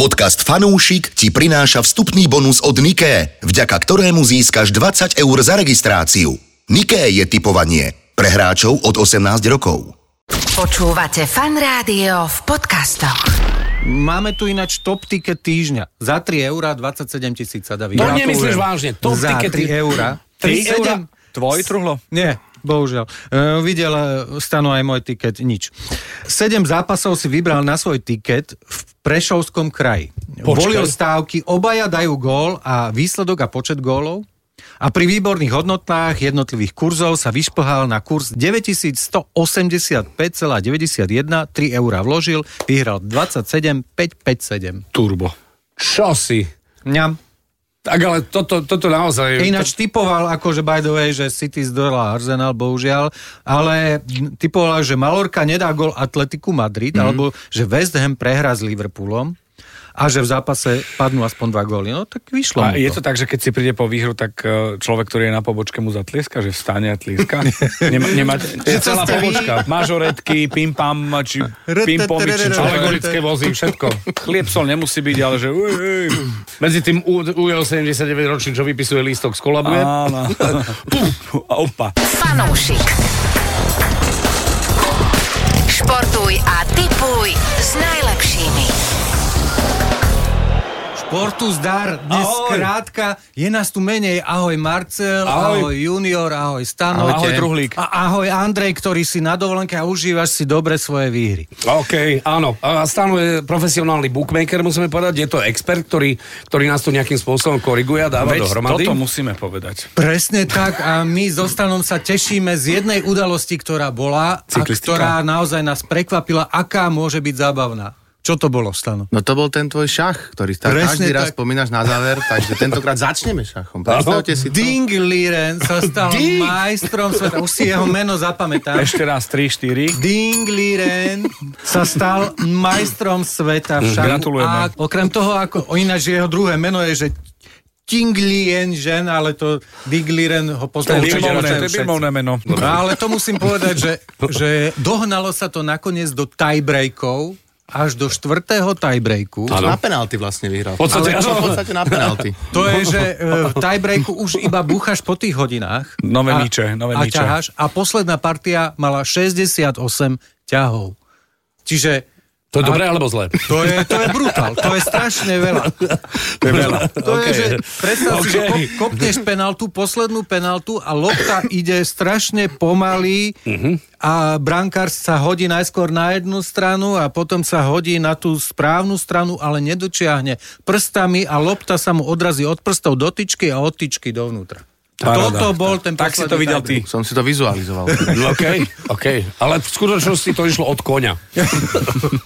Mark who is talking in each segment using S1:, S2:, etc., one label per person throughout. S1: Podcast Fanúšik ti prináša vstupný bonus od Niké, vďaka ktorému získaš 20 eur za registráciu. Niké je typovanie pre hráčov od 18 rokov.
S2: Počúvate fan rádio v podcastoch.
S3: Máme tu ináč top ticket týždňa. Za 3 eurá 27 tisíc sa dá
S4: To
S3: vyhrať.
S4: nemyslíš vážne. Top
S3: Za
S4: ticket.
S3: 3 eurá.
S4: 3 eurá?
S5: Tvoj truhlo?
S3: Nie, bohužiaľ. E, videl e, stano aj môj tiket, nič. Sedem zápasov si vybral na svoj tiket v Prešovskom kraji. Počkej. Volil stávky, obaja dajú gól a výsledok a počet gólov. A pri výborných hodnotách jednotlivých kurzov sa vyšplhal na kurz 9185,91, 3 eurá vložil, vyhral 27 557.
S4: Turbo. Čo si?
S3: Mňam.
S4: Tak ale toto, toto naozaj...
S3: Ináč typoval, akože by the way, že City zdolala Arsenal, bohužiaľ, ale typoval, že Malorka nedá gol Atletiku Madrid,
S5: Mhm.
S3: mm-hmm. alebo že West Ham prehrá s Liverpoolom a že v zápase padnú aspoň dva góly. No tak vyšlo
S4: A
S3: mu
S4: je
S3: to.
S4: to tak, že keď si príde po výhru, tak eh, človek, ktorý je na pobočke, mu zatlieska, že vstane a tlieska. Nemá, nemá, je
S3: to
S4: celá
S3: ste vy?
S4: pobočka. Mažoretky, pimpam, či pimpomy, či čo, alegorické vozy, všetko. Chlieb sol nemusí byť, ale že... uj, uj. Medzi tým ujo 79 ročný, čo vypisuje lístok, skolabuje.
S5: Áno. A opa.
S2: Fanúšik. Športuj a tipuj s najlepšími.
S3: Športu zdar, dnes
S5: Ahoj.
S3: krátka, je nás tu menej. Ahoj Marcel, ahoj,
S5: Ahoj.
S3: ahoj Junior, ahoj Stano.
S5: Ahojte. Ahoj, Truhlík.
S3: A ahoj Andrej, ktorý si na dovolenke a užívaš si dobre svoje výhry.
S4: OK, áno. A Stano je profesionálny bookmaker, musíme povedať. Je to expert, ktorý, ktorý nás tu nejakým spôsobom koriguje a dáva
S5: Veď
S4: dohromady.
S5: toto musíme povedať.
S3: Presne tak a my so Stanom sa tešíme z jednej udalosti, ktorá bola a
S4: Cyklistika.
S3: ktorá naozaj nás prekvapila, aká môže byť zábavná. Čo to bolo, Stano?
S6: No to bol ten tvoj šach, ktorý tak
S3: Presne
S6: každý raz
S3: tak.
S6: spomínaš na záver, takže tentokrát začneme šachom. Predstavte si to.
S3: Ding Liren sa stal majstrom sveta. Už si jeho meno zapamätám.
S5: Ešte raz 3, 4.
S3: Ding Liren sa stal majstrom sveta v šachu.
S5: Mhm, Gratulujeme.
S3: A okrem toho, ako ináč jeho druhé meno je, že Ting Lien žen, ale to Ding Liren ho poznajú. všetci.
S4: určite Bimovné,
S5: To je bimovné meno.
S3: No, ale to musím povedať, že,
S5: No.
S3: že dohnalo sa to nakoniec do tiebreakov, až do štvrtého tiebreaku.
S6: Na penalty vlastne vyhral. V
S4: podstate-
S6: ale, v podstate na penalty.
S3: To je, že e, v tiebreaku už iba búchaš po tých hodinách.
S5: Nové
S3: a,
S5: míče, nové
S3: a
S5: míče.
S3: ťaháš. A posledná partia mala 68 ťahov. Čiže
S4: To je dobré alebo zlé?
S3: to je, to je brutál, to je strašne veľa.
S4: To je veľa.
S3: No, To okay. je, že predstav si, že
S4: Okay.
S3: kop, kopneš penaltu, poslednú penaltu a lopta ide strašne pomaly
S5: Mhm.
S3: a brankár sa hodí najskôr na jednu stranu a potom sa hodí na tú správnu stranu, ale nedočiahne prstami a lopta sa mu odrazí od prstov do tyčky a od tyčky dovnútra.
S4: Paráda.
S3: Toto bol ten
S5: Tak si
S3: posledný
S5: to videl
S3: tiebreak.
S5: ty. No.
S6: Som si to vizualizoval.
S4: No, OK, OK. Ale v skutočnosti to išlo od konia.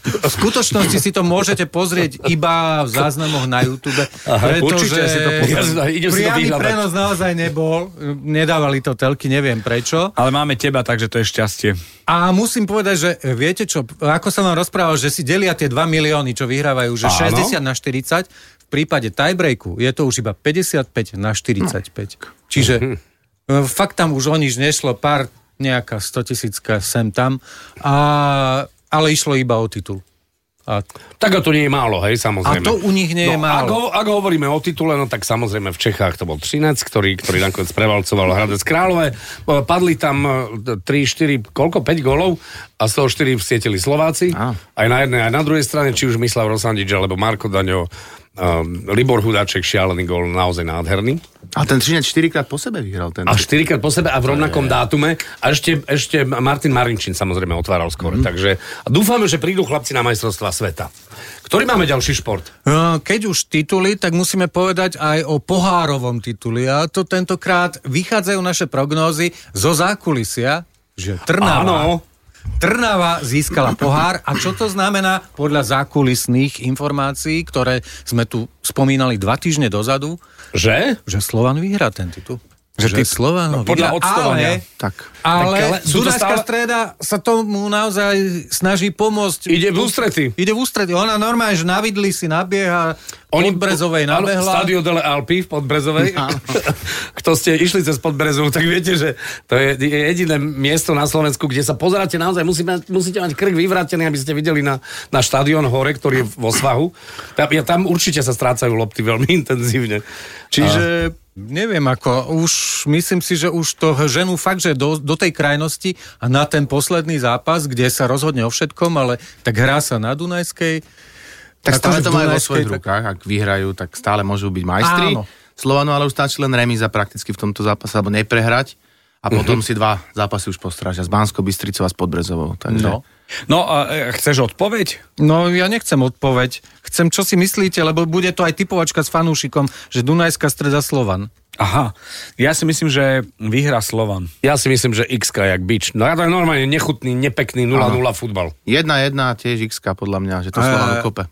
S3: V skutočnosti si to môžete pozrieť iba v záznamoch na YouTube, pretože
S5: určite si to pozriem.
S4: Jasné, idem si to
S3: priamy
S4: vyhľadať.
S3: prenos naozaj nebol, nedávali to telky, neviem prečo.
S5: Ale máme teba, takže to je šťastie.
S3: A musím povedať, že e, viete čo, ako som vám rozprával, že si delia tie 2 milióny, čo vyhrávajú, že 60
S4: Áno.
S3: na 40, v prípade tiebreaku je to už iba 55 na 45.
S4: Mhm.
S3: Čiže e, fakt tam už o nič nešlo, pár nejaká 100 tisícka sem tam, a, ale išlo iba o titul. A
S4: Tak a to nie je málo, hej, samozrejme. No,
S3: A to u nich nie je málo.
S4: Ak, ho- ak hovoríme o titule, no tak samozrejme v Čechách to bol 13, ktorý, ktorý nakoniec prevalcoval Hradec Králové. E, Padli tam e, 3, 4, koľko? 5 golov a z toho 4 vsietili Slováci.
S6: Á.
S4: Aj na jednej, aj na druhej strane, či už Mislav Rosandič, alebo Marko Daňo, Um, Libor Hudáček, šialený gol, naozaj nádherný.
S6: A ten Třinec 4 krát po sebe vyhral ten.
S4: A štyrikrát po sebe a v rovnakom dátume. A ešte, ešte Martin Marinčín samozrejme otváral skôr. Mm. Takže a dúfame, že prídu chlapci na majstrovstva sveta. Ktorý máme ďalší šport?
S3: No, Keď už tituly, tak musíme povedať aj o pohárovom tituli. A to tentokrát vychádzajú naše prognózy zo zákulisia, že Trnava,
S4: Áno.
S3: Trnava získala pohár. A čo to znamená podľa zákulisných informácií, ktoré sme tu spomínali dva týždne dozadu,
S4: Že?
S3: že Slovan vyhrá ten titul. Že,
S5: ty-
S3: Slovan ho vyhrá,
S5: podľa odstovania.
S3: Ale
S6: Tak.
S3: Ale,
S4: Tak ale sú to
S3: Dunajská
S4: stále-
S3: streda sa tomu naozaj snaží pomôsť.
S4: Ide v ústrety.
S3: Ide v ústrety. Ona normálne, že na vidli si nabieha, Oni, Brezovej
S4: áno,
S3: nabehla.
S4: Stadio dele Alpy v Podbrezovej. Kto ste išli cez Podbrezovú, tak viete, že to je je jediné miesto na Slovensku, kde sa pozeráte naozaj, musíme, musíte mať krk vyvrátený, aby ste videli na, na štadión hore, ktorý je vo svahu. Tam, ja, tam určite sa strácajú lopty veľmi intenzívne.
S3: Čiže neviem ako, už myslím si, že už to ženú fakt, že do, do tej krajnosti a na ten posledný zápas, kde sa rozhodne o všetkom, ale tak hrá sa na Dunajskej.
S6: Tak stále
S3: Akože
S6: to
S3: v
S6: majú vo
S3: Dunajskej,
S6: svojich
S3: tak-
S6: rukách. Ak vyhrajú, tak stále môžu byť majstri.
S3: Áno.
S6: Slovanu ale už stačí len remiza prakticky v tomto zápase, alebo neprehrať. A potom si dva zápasy už postrážia s Banskou Bystricou a s Podbrezovou. Takže...
S3: No.
S5: No a e, chceš odpoveď?
S3: No ja nechcem odpoveď. Chcem, čo si myslíte, lebo bude to aj typovačka s fanúšikom, že Dunajská streda Slovan.
S5: Aha, ja si myslím, že vyhra Slovan.
S4: Ja si myslím, že x jak bič. No ja to je normálne nechutný, nepekný 0-0 futbal.
S6: 1-1 tiež x podľa mňa, že to
S3: A-
S6: Slovan kope.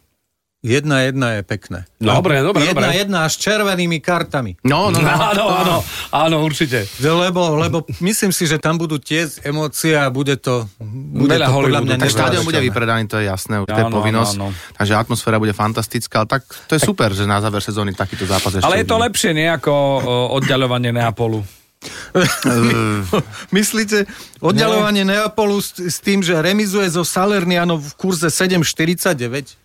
S3: 1-1 je pekné.
S4: Dobre, dobre, dobre.
S3: 1-1 s červenými kartami.
S6: No, no,
S4: No,
S6: no.
S4: áno, áno, áno, určite.
S3: Lebo, lebo myslím si, že tam budú tie emócie a bude to, bude to
S4: Veľa
S3: podľa
S4: Hollywoodu,
S3: mňa
S6: Tak štádion bude
S3: nepreuveriteľné.
S6: vypredaný, to je jasné, to je
S5: Áno,
S6: povinnosť.
S5: áno, áno.
S6: Takže atmosféra bude fantastická, ale tak to je super, že na záver sezóny takýto zápas ešte.
S5: Ale je to
S6: uvidíme.
S5: lepšie nejako oddaľovanie Neapolu.
S3: Myslíte, oddialovanie
S4: No.
S3: Neapolu s, s tým, že remizuje so Salernianom v kurze 7,49?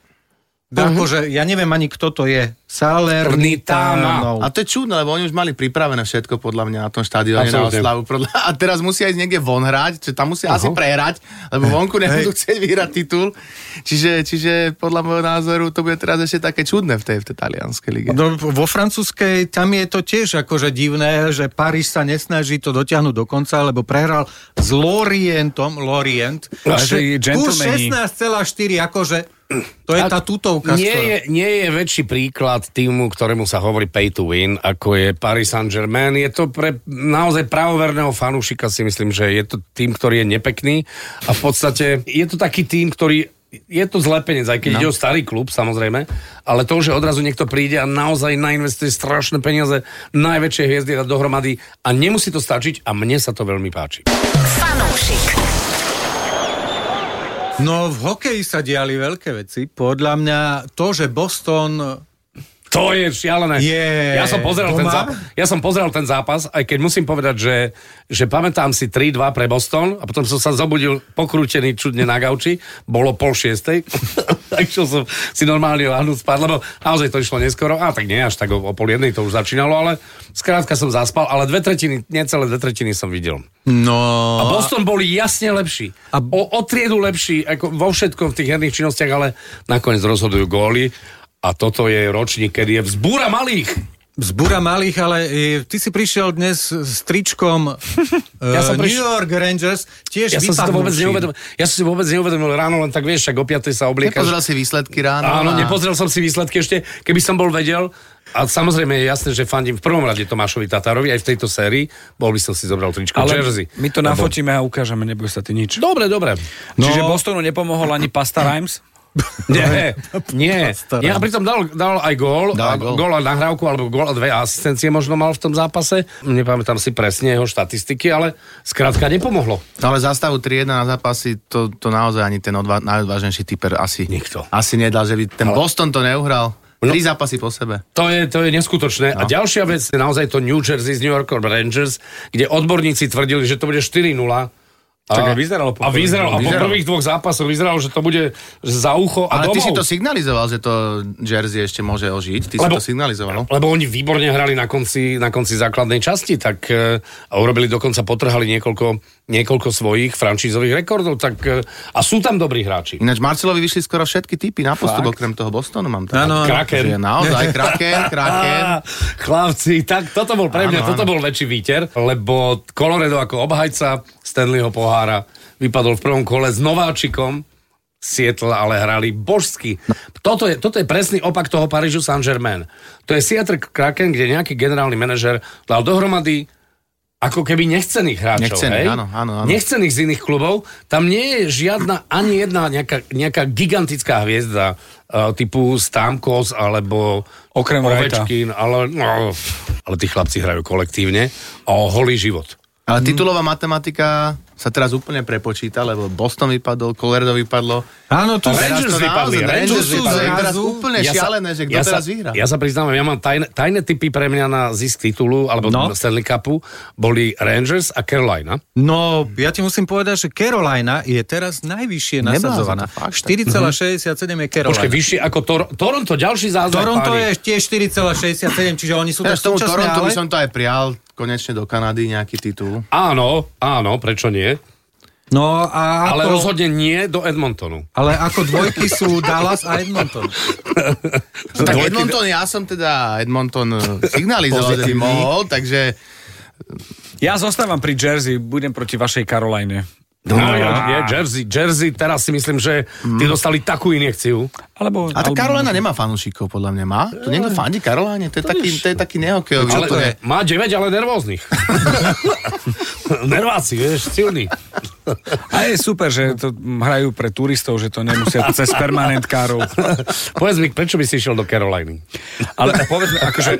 S4: Mhm.
S3: Akože, ja neviem ani, kto to je. Salernitano.
S6: A to je čudné, lebo oni už mali pripravené všetko podľa mňa na tom štadióne na
S4: Absolútne.
S6: oslavu. Podľa- A teraz musia ísť niekde von hrať, čo tam musia asi prehrať, lebo vonku nebudú chcieť vyhrať titul. Čiže, čiže podľa môjho názoru to bude teraz ešte také čudné v tej, v tej talianskej lige.
S3: No, vo francúzskej tam je to tiež akože divné, že Paríž sa nesnaží to dotiahnuť do konca, lebo prehral s Lorientom, Lorient.
S5: Naši
S3: Kurz
S5: džentlmeni.
S3: 16,4, akože to je
S4: A
S3: tá tutovka.
S4: Nie
S3: ktorá-
S4: je, nie je väčší príklad týmu, ktorému sa hovorí pay to win, ako je Paris Saint-Germain. Je to pre naozaj pravoverného fanúšika si myslím, že je to tým, ktorý je nepekný a v podstate je to taký tým, ktorý je to zlepenec, aj keď no. ide o starý klub, samozrejme, ale to, že odrazu niekto príde a naozaj nainvestuje strašné peniaze, najväčšie hviezdy dá dohromady a nemusí to stačiť a mne sa to veľmi páči.
S2: Fanúšik.
S3: No v hokeji sa diali veľké veci. Podľa mňa to, že Boston...
S4: To je šialené.
S3: Je.
S4: Ja, som pozeral
S3: To
S4: ten
S3: mám?
S4: zápas, ja som pozeral ten zápas, aj keď musím povedať, že, že pamätám si 3-2 pre Boston a potom som sa zobudil pokrútený čudne na gauči. Bolo pol šiestej. tak čo som si normálne lahnúť spať, lebo naozaj to išlo neskoro. A tak nie až tak o, o pol jednej to už začínalo, ale skrátka som zaspal, ale dve tretiny, necelé dve tretiny som videl.
S3: No...
S4: A Boston boli jasne lepší. A... O, o triedu lepší ako vo všetkom v tých herných činnostiach, ale nakoniec rozhodujú góly. A toto je ročník, kedy je vzbúra malých.
S3: Zbúra malých, ale e, ty si prišiel dnes s tričkom ja
S4: Ja som
S3: New
S4: prišiel-
S3: York Rangers, tiež
S4: Ja som si to vôbec
S3: vypadnúci.
S4: neuvedomil. Ja som si vôbec neuvedomil ráno, len tak vieš, však o 5 sa obliekaš.
S6: Nepozrel si výsledky ráno.
S4: Áno,
S6: a-
S4: nepozrel som si výsledky ešte, keby som bol vedel. A samozrejme je jasné, že fandím v prvom rade Tomášovi Tatárovi aj v tejto sérii. Bol by som si zobral tričko
S5: Ale
S4: Jersey.
S5: my to nafotíme a ukážeme, neboj sa ty nič.
S4: Dobre, dobre.
S5: No. Čiže Bostonu nepomohol ani Pasta Rhymes?
S4: Nie, nie.
S3: Stará.
S4: Ja pritom dal, dal aj gól, dal a,
S6: Dal gól.
S4: gól. a nahrávku, alebo gól a dve asistencie možno mal v tom zápase. Nepamätám si presne jeho štatistiky, ale skrátka nepomohlo.
S6: No ale zastavu 3-1 na zápasy, to, to naozaj ani ten odva- najodvážnejší typer asi,
S4: Nikto.
S6: asi nedal, že by ten
S4: Ale-
S6: Boston to neuhral.
S4: No.
S6: Tri zápasy po sebe.
S4: To je, to je neskutočné. No. A ďalšia vec je naozaj to New Jersey z New York Rangers, kde odborníci tvrdili, že to bude 4-0. A,
S5: Tak aj vyzeralo po
S4: a
S5: prvých-
S4: vyzeralo, a po
S6: vyzeralo.
S4: prvých dvoch zápasoch vyzeralo, že to bude za ucho a
S6: Ale
S4: domov.
S6: ty si to signalizoval, že to Jersey ešte môže ožiť. Ty
S4: Lebo-
S6: si to signalizoval.
S4: Lebo oni výborne hrali na konci, na konci základnej časti, tak e, a urobili dokonca, potrhali niekoľko, niekoľko svojich francízových rekordov, tak e, a sú tam dobrí hráči.
S6: Ináč Marcelovi vyšli skoro všetky typy na postup, okrem toho Bostonu mám tam.
S3: Áno, áno.
S4: Kraken.
S6: Že Naozaj, Kraken, Kraken.
S4: Á, Chlapci, tak toto bol pre mňa,
S6: Áno,
S4: toto
S6: áno.
S4: bol väčší výter, lebo Colorado ako obhajca Stanleyho pohára vypadol v prvom kole s nováčikom, Seattle ale hrali božsky. Toto je, toto je presný opak toho Parížu Saint-Germain. To je Seattle Kraken, kde nejaký generálny manažer dal dohromady ako keby nechcených hráčov.
S6: Nechcených,
S4: hej?
S6: áno, áno, áno.
S4: Nechcených z iných klubov. Tam nie je žiadna, ani jedna nejaká, nejaká gigantická hviezda uh, typu Stamkos alebo
S5: Okrem Wrighta.
S4: Ovečkin, ale, no, ale tí chlapci hrajú kolektívne a o holý život.
S6: Ale titulová matematika sa teraz úplne prepočíta, lebo Boston vypadol, Colorado vypadlo.
S3: Áno, tu
S6: Teraz
S4: Rangers
S6: to
S4: vypadli,
S6: naozaj-
S4: Rangers
S6: Rangers
S3: vypadli.
S6: vypadli. Teraz
S3: Zrazu-
S6: úplne šialené, že kto
S4: ja
S6: teraz
S4: sa,
S6: vyhrá.
S4: Ja sa priznám, ja mám tajné, tajné typy pre mňa na zisk titulu, alebo
S3: No.
S4: no. Stanley Cupu, boli Rangers a Carolina.
S3: No, ja ti musím povedať, že Carolina je teraz najvyššie
S6: Neblázen,
S3: nasadzovaná.
S6: to fakt.
S3: 4,67 je Carolina.
S4: Mhm. Počkej, vyššie ako Tor- Toronto, ďalší zázrak.
S3: Toronto
S4: páni.
S3: je tiež 4,67, čiže oni sú tak
S6: Teraz tomu
S3: súčasné,
S6: Toronto
S3: ale...
S6: by som to aj prial konečne do Kanady nejaký titul.
S4: Áno, áno, prečo nie?
S3: No a
S4: Ale
S3: ako,
S4: rozhodne nie do Edmontonu.
S3: ale ako dvojky sú Dallas a Edmonton.
S6: Tak
S4: Dvojky-
S6: Edmonton, ja som teda Edmonton eh, signalizoval, že by mohol, takže
S5: Ja zostávam pri Jersey, budem proti vašej Karolajne.
S4: No, ja, nie, Jersey, Jersey, teraz si myslím, že ty dostali takú injekciu.
S5: Alebo,
S6: A tá
S5: alebo-
S6: Karolina nemá fanúšikov, podľa mňa. Má? To niekto fandí Karoláne? Eh, To je taký, to je taký nehokejový.
S4: Ale
S6: úplne.
S4: má 9, ale nervóznych. Nerváci, vieš, silný.
S5: A je super, že to hrajú pre turistov, že to nemusia cez permanent károv.
S4: Povedz mi, prečo by si išiel do Caroliny?
S5: Ale povedzme, akože...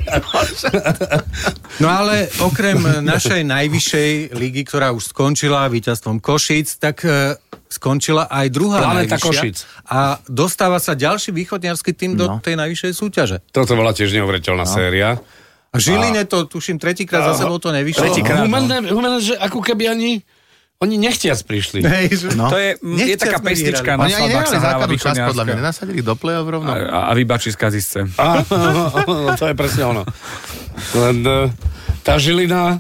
S3: No ale okrem eh, našej najvyššej ligy, ktorá už skončila víťazstvom Košic, tak eh, skončila aj druhá
S4: Planeta
S3: najvyššia.
S4: Košic.
S3: A dostáva sa ďalší východňarský tým no. do tej najvyššej súťaže.
S4: Toto bola tiež neuveriteľná no. séria.
S3: A Žiline to, tuším, tretíkrát za sebou to nevyšlo.
S5: Tretíkrát. no.
S4: Humané, humané, že ako keby ani... Oni nechtiac prišli.
S3: Hej, že-
S5: No. To je, m, je
S3: Nechťa
S5: taká
S3: sme
S5: pesnička
S3: vyhrali.
S5: na
S6: Oni ani
S5: svadbách sa
S6: nemali
S5: hráva
S6: základnú časť, podľa mňa.
S5: východňarská.
S6: Nenasadili do play-off rovno.
S5: A, a, a vybačí z kazisce.
S4: Á, to je presne ono. Len e, tá Žilina...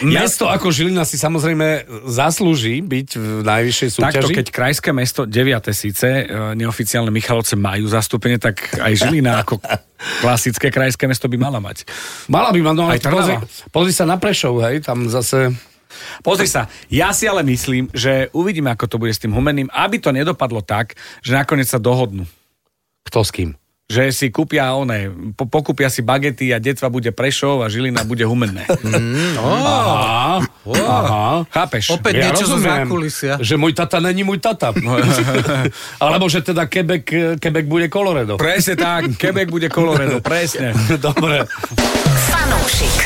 S5: Ja-
S4: Mesto ako Žilina si samozrejme zaslúži byť v najvyššej súťaži.
S5: Takto, keď krajské mesto, 9. síce, e, neoficiálne Michalovce majú zastúpenie, tak aj Žilina ako klasické krajské mesto by mala mať.
S4: Mala by ma, no ale
S5: Aj Trnava.
S4: pozri, pozri sa na Prešov, hej, tam zase...
S5: Pozri sa, ja si ale myslím, že uvidíme, ako to bude s tým humeným, aby to nedopadlo tak, že nakoniec sa dohodnú.
S4: Kto s kým?
S5: Že si kúpia one, po, pokúpia si bagety a detva bude Prešov a Žilina bude humenné.
S6: Mm.
S4: Aha, aha.
S5: Chápeš?
S3: Opäť
S4: Ja
S3: niečo zo
S4: rozumiem,
S3: zákulisia.
S4: že môj tata není môj tata. Alebo že teda Quebec, Quebec bude Colorado.
S5: Presne tak, Quebec bude Colorado, presne.
S4: Dobre.
S2: Fanúšik.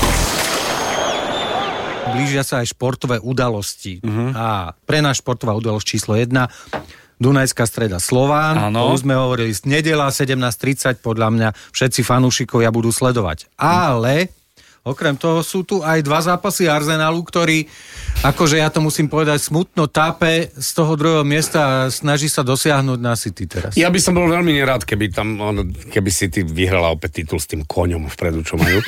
S3: Blížia sa aj športové udalosti. A pre nás športová udalosť číslo 1 Dunajská streda Slován,
S5: Áno.
S3: to už sme hovorili, z nedela 17.30 podľa mňa všetci fanúšikovia budú sledovať. Ale okrem toho sú tu aj dva zápasy Arsenalu, ktorý, akože ja to musím povedať, smutno tápe z toho druhého miesta a snaží sa dosiahnuť na City teraz.
S4: Ja by som bol veľmi nerád, keby tam, on, keby si ty vyhrala opäť titul s tým koňom vpredu, čo majú.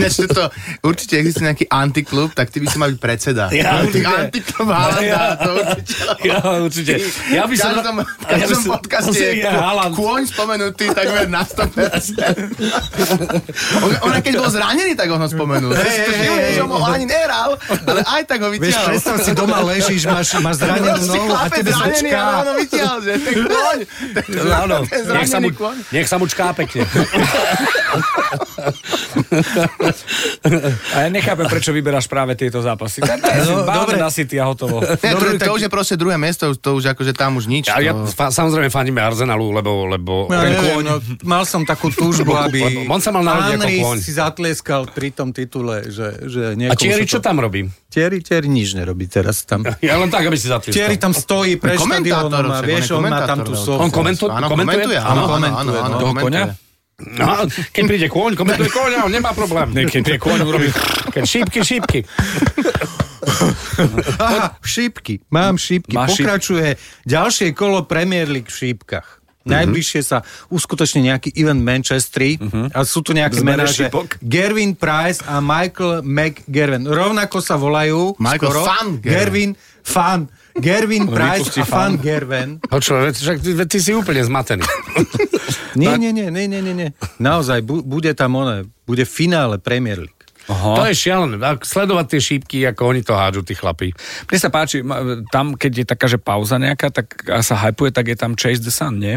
S6: Ináč toto, určite existuje nejaký antiklub, tak ty by si mal byť predseda.
S4: Ja,
S6: Anti-
S4: určite.
S6: Antiklub Halanda, to určite.
S4: ja určite. Ja by
S6: V
S4: som...
S6: každom,
S4: ja
S6: v
S4: by
S6: každom
S4: som-
S6: podcaste je
S4: Ja, Haaland.
S6: kôň spomenutý takmer na 100%. On, ona keď bol zranený, tak on ho spomenul. Hey, hey, hey, že on ho ani nehral, ale aj tak ho
S3: Vieš,
S6: vyťahol.
S3: predstav si, doma ležíš, máš, máš zranenú
S6: Proste
S3: nohu a
S6: chlapec
S3: tebe
S6: zranený,
S3: zračká.
S6: ale on ho vyťahol, že ten kôň. ten-
S4: No, Áno,
S6: ten
S4: nech sa mu,
S6: zranený kôň.
S4: nech sa mu čká pekne.
S5: A ja nechápem, prečo vyberáš práve tieto zápasy.
S3: No,
S5: No,
S3: dobre.
S5: dobre. na City a hotovo.
S6: Ne,
S3: Dobre,
S6: to, to
S3: tak-
S6: už je proste druhé miesto, to už akože tam už nič.
S4: A ja
S6: to...
S4: fa- samozrejme fandíme Arsenalu, lebo... lebo
S3: Ja neviem, no, mal som takú túžbu, aby
S4: On sa mal narodiť ako
S3: Henry
S4: kôň.
S3: si zatlieskal pri tom titule, že, že
S4: a
S3: niekomu
S4: Thierry
S3: sa
S4: čo tam robí?
S3: Thierry, Thierry nič nerobí teraz tam.
S4: Ja len tak, aby si
S3: Thierry
S4: zatlieskal.
S3: tam stojí pred
S6: Komentátor,
S3: štadiónom a
S6: však on je
S3: vieš, on má tam
S6: komentátor
S3: tú
S6: veľký.
S3: sofu.
S4: On komentuje?
S6: Áno,
S4: komentuje?
S6: komentuje, áno, áno, áno, áno,
S5: Toho koňa?
S6: komentuje.
S4: No, keď príde kôň, komentuje kôňa, on nemá problém. Keď príde kôň, urobí keď šípky, šípky.
S3: Aha, šípky. Mám šípky.
S5: Má šíp-
S3: Pokračuje ďalšie kolo Premier League v šípkach. Najbližšie sa uskutoční nejaký event Manchestri a sú tu nejaké
S5: Zmena
S3: mená, že
S5: šípok?
S3: Gervin Price a Michael McGervin. Rovnako sa volajú
S6: Michael
S3: skoro
S6: Van Gerwen.
S3: Gervin Fan. Gervin Price a
S5: vypustí
S3: Fan Gervin.
S4: No čo, veď- však ty, veď ty si úplne zmatený.
S3: Nie, nie, nie, nie, nie, nie, nie. Naozaj, bu- bude tam ono, bude finále Premier League.
S5: No.
S4: To je šialené. Ak Sledovať tie šípky, ako oni to hádžu, tí chlapí.
S5: Mne sa páči, ma- tam, keď je taká, že pauza nejaká, tak a sa hypuje, tak je tam Chase the Sun, nie?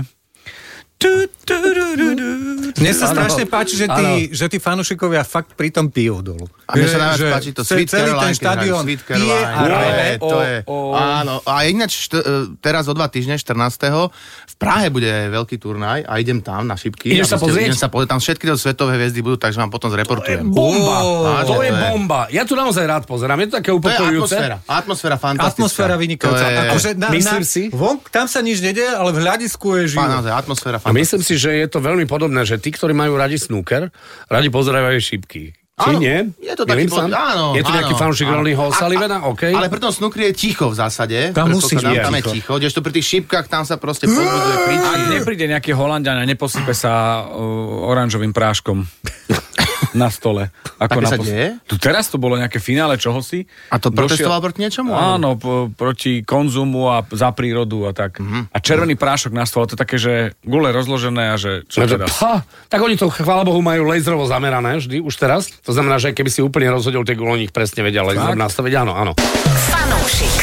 S5: Tu, tu, ru, ru, ru.
S3: Mne sa
S4: Áno.
S3: strašne páči, že tí, že tí fanúšikovia fakt pri tom pijú dolu.
S6: A mne sa
S3: Že-
S6: najviac
S3: že
S6: páči to
S3: ce-
S6: Sweet
S3: Celý ten
S6: Caroline, keď hrajú
S3: štadión
S6: Sweet
S3: pije
S6: Caroline.
S3: a
S6: to
S3: raje.
S6: je, to je,
S5: o-
S6: Áno, a ináč št- e, teraz o dva týždne, 14. v Prahe bude veľký turnaj a idem tam na šipky.
S4: Ideš
S6: A
S4: sa
S6: proste
S4: pozrieť?
S6: Idem sa pozrieť, tam všetky tie svetové hviezdy budú, takže vám potom zreportujem.
S4: Bomba.
S6: Áno,
S4: to je
S6: to je-
S4: bomba. Ja tu naozaj rád pozerám. Je to také
S6: To je
S4: upokojujúce.
S6: atmosféra. Atmosféra fantastická.
S3: Atmosféra vynikajúca.
S6: To je-
S3: Akože
S4: Myslím si?
S3: Vonk, tam sa nič nedie, ale v hľadisku je
S6: Pán,
S3: živé.
S6: naozaj, atmosféra
S4: A
S6: fantastická.
S4: myslím si, že je to veľmi podobné, že tí, ktorí majú radi snúker, radi pozerajú aj šipky. Či
S6: Áno,
S4: nie?
S6: Je to taký
S4: Milím sa?
S6: bod- áno,
S4: Je to nejaký
S6: áno,
S4: fanúšik
S6: áno.
S4: Ronnieho
S6: A- a-
S4: Sullivana? OK.
S6: Ale pri tom snukri je ticho v zásade.
S3: Tam musí
S6: Predpokladám,
S4: byť
S6: Tam je
S4: ticho.
S6: ticho, kdežto pri tých šípkach tam sa proste pozbudzuje, kričí.
S5: Ak nepríde nejaký Holandian a neposype sa uh, oranžovým práškom na stole. Ako
S6: Také
S5: na
S6: sa deje?
S5: Tu teraz to bolo nejaké finále čohosi.
S6: A to protestoval proti niečomu, ale-
S5: Áno, po, proti konzumu a p- za prírodu a tak. A červený prášok na stole, to je také, že gule rozložené a že čo
S4: No to-
S5: teda? teraz?
S4: Ha, tak oni to, chvála Bohu, majú laserovo zamerané vždy, už teraz. To znamená, že keby si úplne rozhodil, tak oni ich presne vedia laserom nastaviť. Áno, áno.
S2: Fanúšik.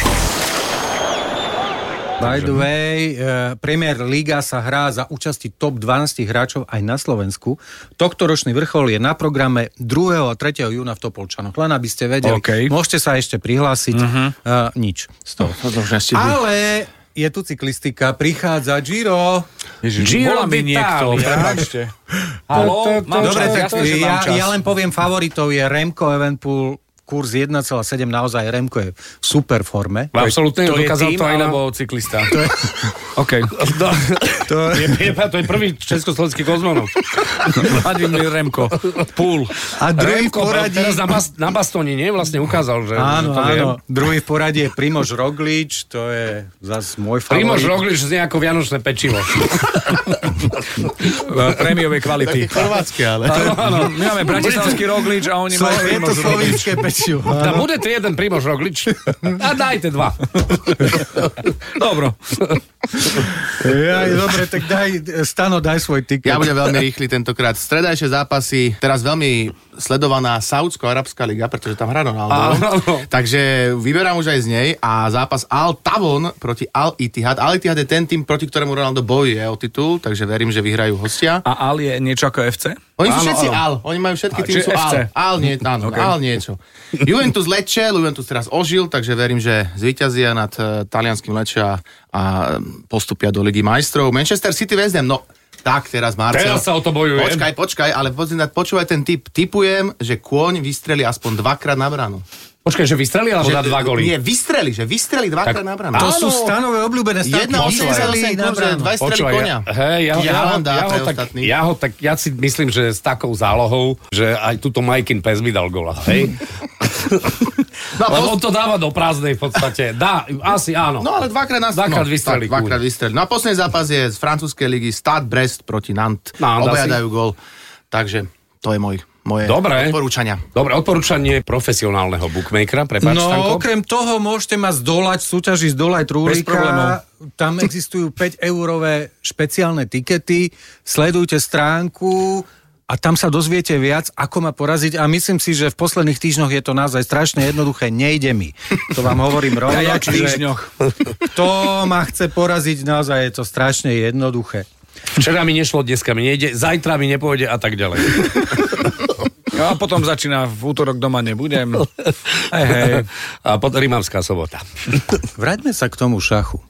S3: By the way, eh, Premier Liga sa hrá za účasti top 12 hráčov aj na Slovensku. Tohtoročný vrchol je na programe 2. a 3. júna v Topolčanoch. Len aby ste vedeli.
S5: OK.
S3: Môžete sa ešte prihlásiť. Uh-huh. Uh, nič z toho. Ale je tu cyklistika, prichádza Giro.
S5: Ježiš,
S4: Giro
S5: volá mi niekto,
S4: d'Italia.
S5: prepáčte. Halo, mám
S3: Dobre,
S5: čas,
S3: tak
S5: jasné, že mám
S3: ja,
S5: čas.
S3: ja len poviem favoritov je Remco Evenpool kurz 1,7 naozaj Remco je v super forme.
S4: V absolútnej
S5: to je
S4: dokázal
S5: tým,
S4: to aj na...
S5: alebo cyklista? To je... OK.
S4: No, to... Je, je, to je prvý československý kozmonaut.
S5: Vladimír Remko. Púl.
S3: A druhý v
S4: Remko bol
S3: poradí...
S4: Teraz na, bas, na bastoni, nie? Vlastne ukázal, že že
S3: Áno,
S4: to vie.
S3: áno. Druhý v poradí je Primož Roglič, to je zas môj favorit.
S4: Primož Roglič z nejako vianočné pečivo.
S5: eh, prémiovej kvality.
S6: Také chorvátske, ale.
S5: Áno, áno. My máme bratislavský Roglič a oni
S3: Slo-
S5: majú
S3: je to
S5: Primož Roglič.
S3: slovinské pečivo.
S4: A Teda bude to jeden Primož Roglič. A dajte dva.
S5: Dobro.
S3: Jaj, dobre, tak daj, Stano, daj svoj tiket.
S6: Ja budem veľmi rýchly tentokrát. Stredajšie zápasy, teraz veľmi sledovaná Saudsko-Arabská liga, pretože tam hrá
S4: Áno.
S6: Ronaldo. Takže vyberám už aj z nej a zápas Al Tavon proti Al Ittihad. Al Ittihad je ten tým, proti ktorému Ronaldo bojuje o titul, takže verím, že vyhrajú hostia.
S5: A Al je niečo ako FC?
S6: Oni sú
S4: Áno,
S6: všetci
S4: áno.
S6: AL, oni majú všetky
S5: A,
S6: tým
S5: čiže
S6: sú
S5: FC.
S6: AL. AL, nie, áno, okay. AL niečo. Juventus Lecce, Juventus teraz ožil, takže verím, že zvíťazia nad eh, talianským Lecce a, a mm, postupia do Ligy majstrov. Manchester City West Ham, no tak teraz Marcel.
S4: Teraz sa o to bojuje.
S6: Počkaj, počkaj, ale pozri na- počúvaj ten typ. Typujem, že kôň vystreli aspoň dvakrát na bránu.
S4: Počkaj, že vystrelil alebo dá dva goly?
S6: Nie, vystreli, že vystreli dvakrát na bránu.
S3: To
S6: Áno.
S3: sú stanové obľúbené stavky.
S6: Jedna
S4: Počúvaj.
S3: Vystrelí
S6: 88
S3: na
S6: kurze,
S3: bránu.
S6: dva strely
S4: Počúvaj,
S6: konia.
S4: Ja, hej, ja, ja, ja,
S6: vám dá,
S4: ho
S6: pre
S4: tak,
S6: ostatných.
S4: ja ho tak, ja si myslím, že s takou zálohou, že aj túto Majkin pes by dal gola, hej?
S6: No,
S4: Lebo on to dáva do prázdnej v podstate. Dá, asi áno.
S6: No ale dvakrát nás...
S4: Dvakrát
S6: no,
S4: vystrelí
S6: tak, Dvakrát
S4: kúň.
S6: vystrelí. No a posledný zápas je z francúzskej ligy Stade Brest proti Nantes.
S4: Nantes
S6: Obaja
S4: asi.
S6: dajú gol. Takže to je môj, moje
S4: Dobre.
S6: odporúčania.
S4: Dobre, odporúčanie profesionálneho bookmakera, prepáč,
S3: No,
S4: Stanko.
S3: okrem toho môžete ma zdolať v súťaži zdolaj
S5: Bez problémov.
S3: Trúlika. Tam existujú 5-eurové špeciálne tikety. Sledujte stránku a tam sa dozviete viac, ako ma poraziť. A myslím si, že v posledných týždňoch je to naozaj strašne jednoduché. Nejde mi. To vám hovorím rovno.
S5: Ja, ja v
S3: čiže
S5: týždňoch.
S3: Kto ma chce poraziť, naozaj je to strašne jednoduché.
S4: Včera mi nešlo, dneska mi nejde, zajtra mi nepôjde a tak ďalej.
S5: A potom začína v útorok doma nebudem. Hej, hej.
S4: A potom Rímavská sobota.
S3: Vráťme sa k tomu šachu.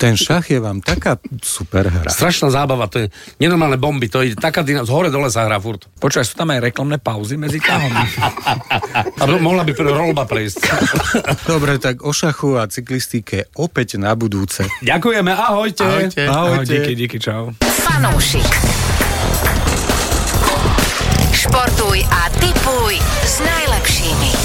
S3: Ten šach je vám taká super hra.
S4: Strašná zábava, to je nenormálne bomby, to je taká dyna, z hore dole sa hrá furt.
S5: Počúvaj, sú tam aj reklamné pauzy medzi ťahom.
S4: A mohla by pre- rolba prejsť.
S3: Dobre, tak o šachu a cyklistike opäť na budúce.
S4: Ďakujeme, ahojte.
S6: Ahojte.
S5: Ahoj, díky, díky, čau.
S2: Fanúšik. Športuj a tipuj s najlepšími.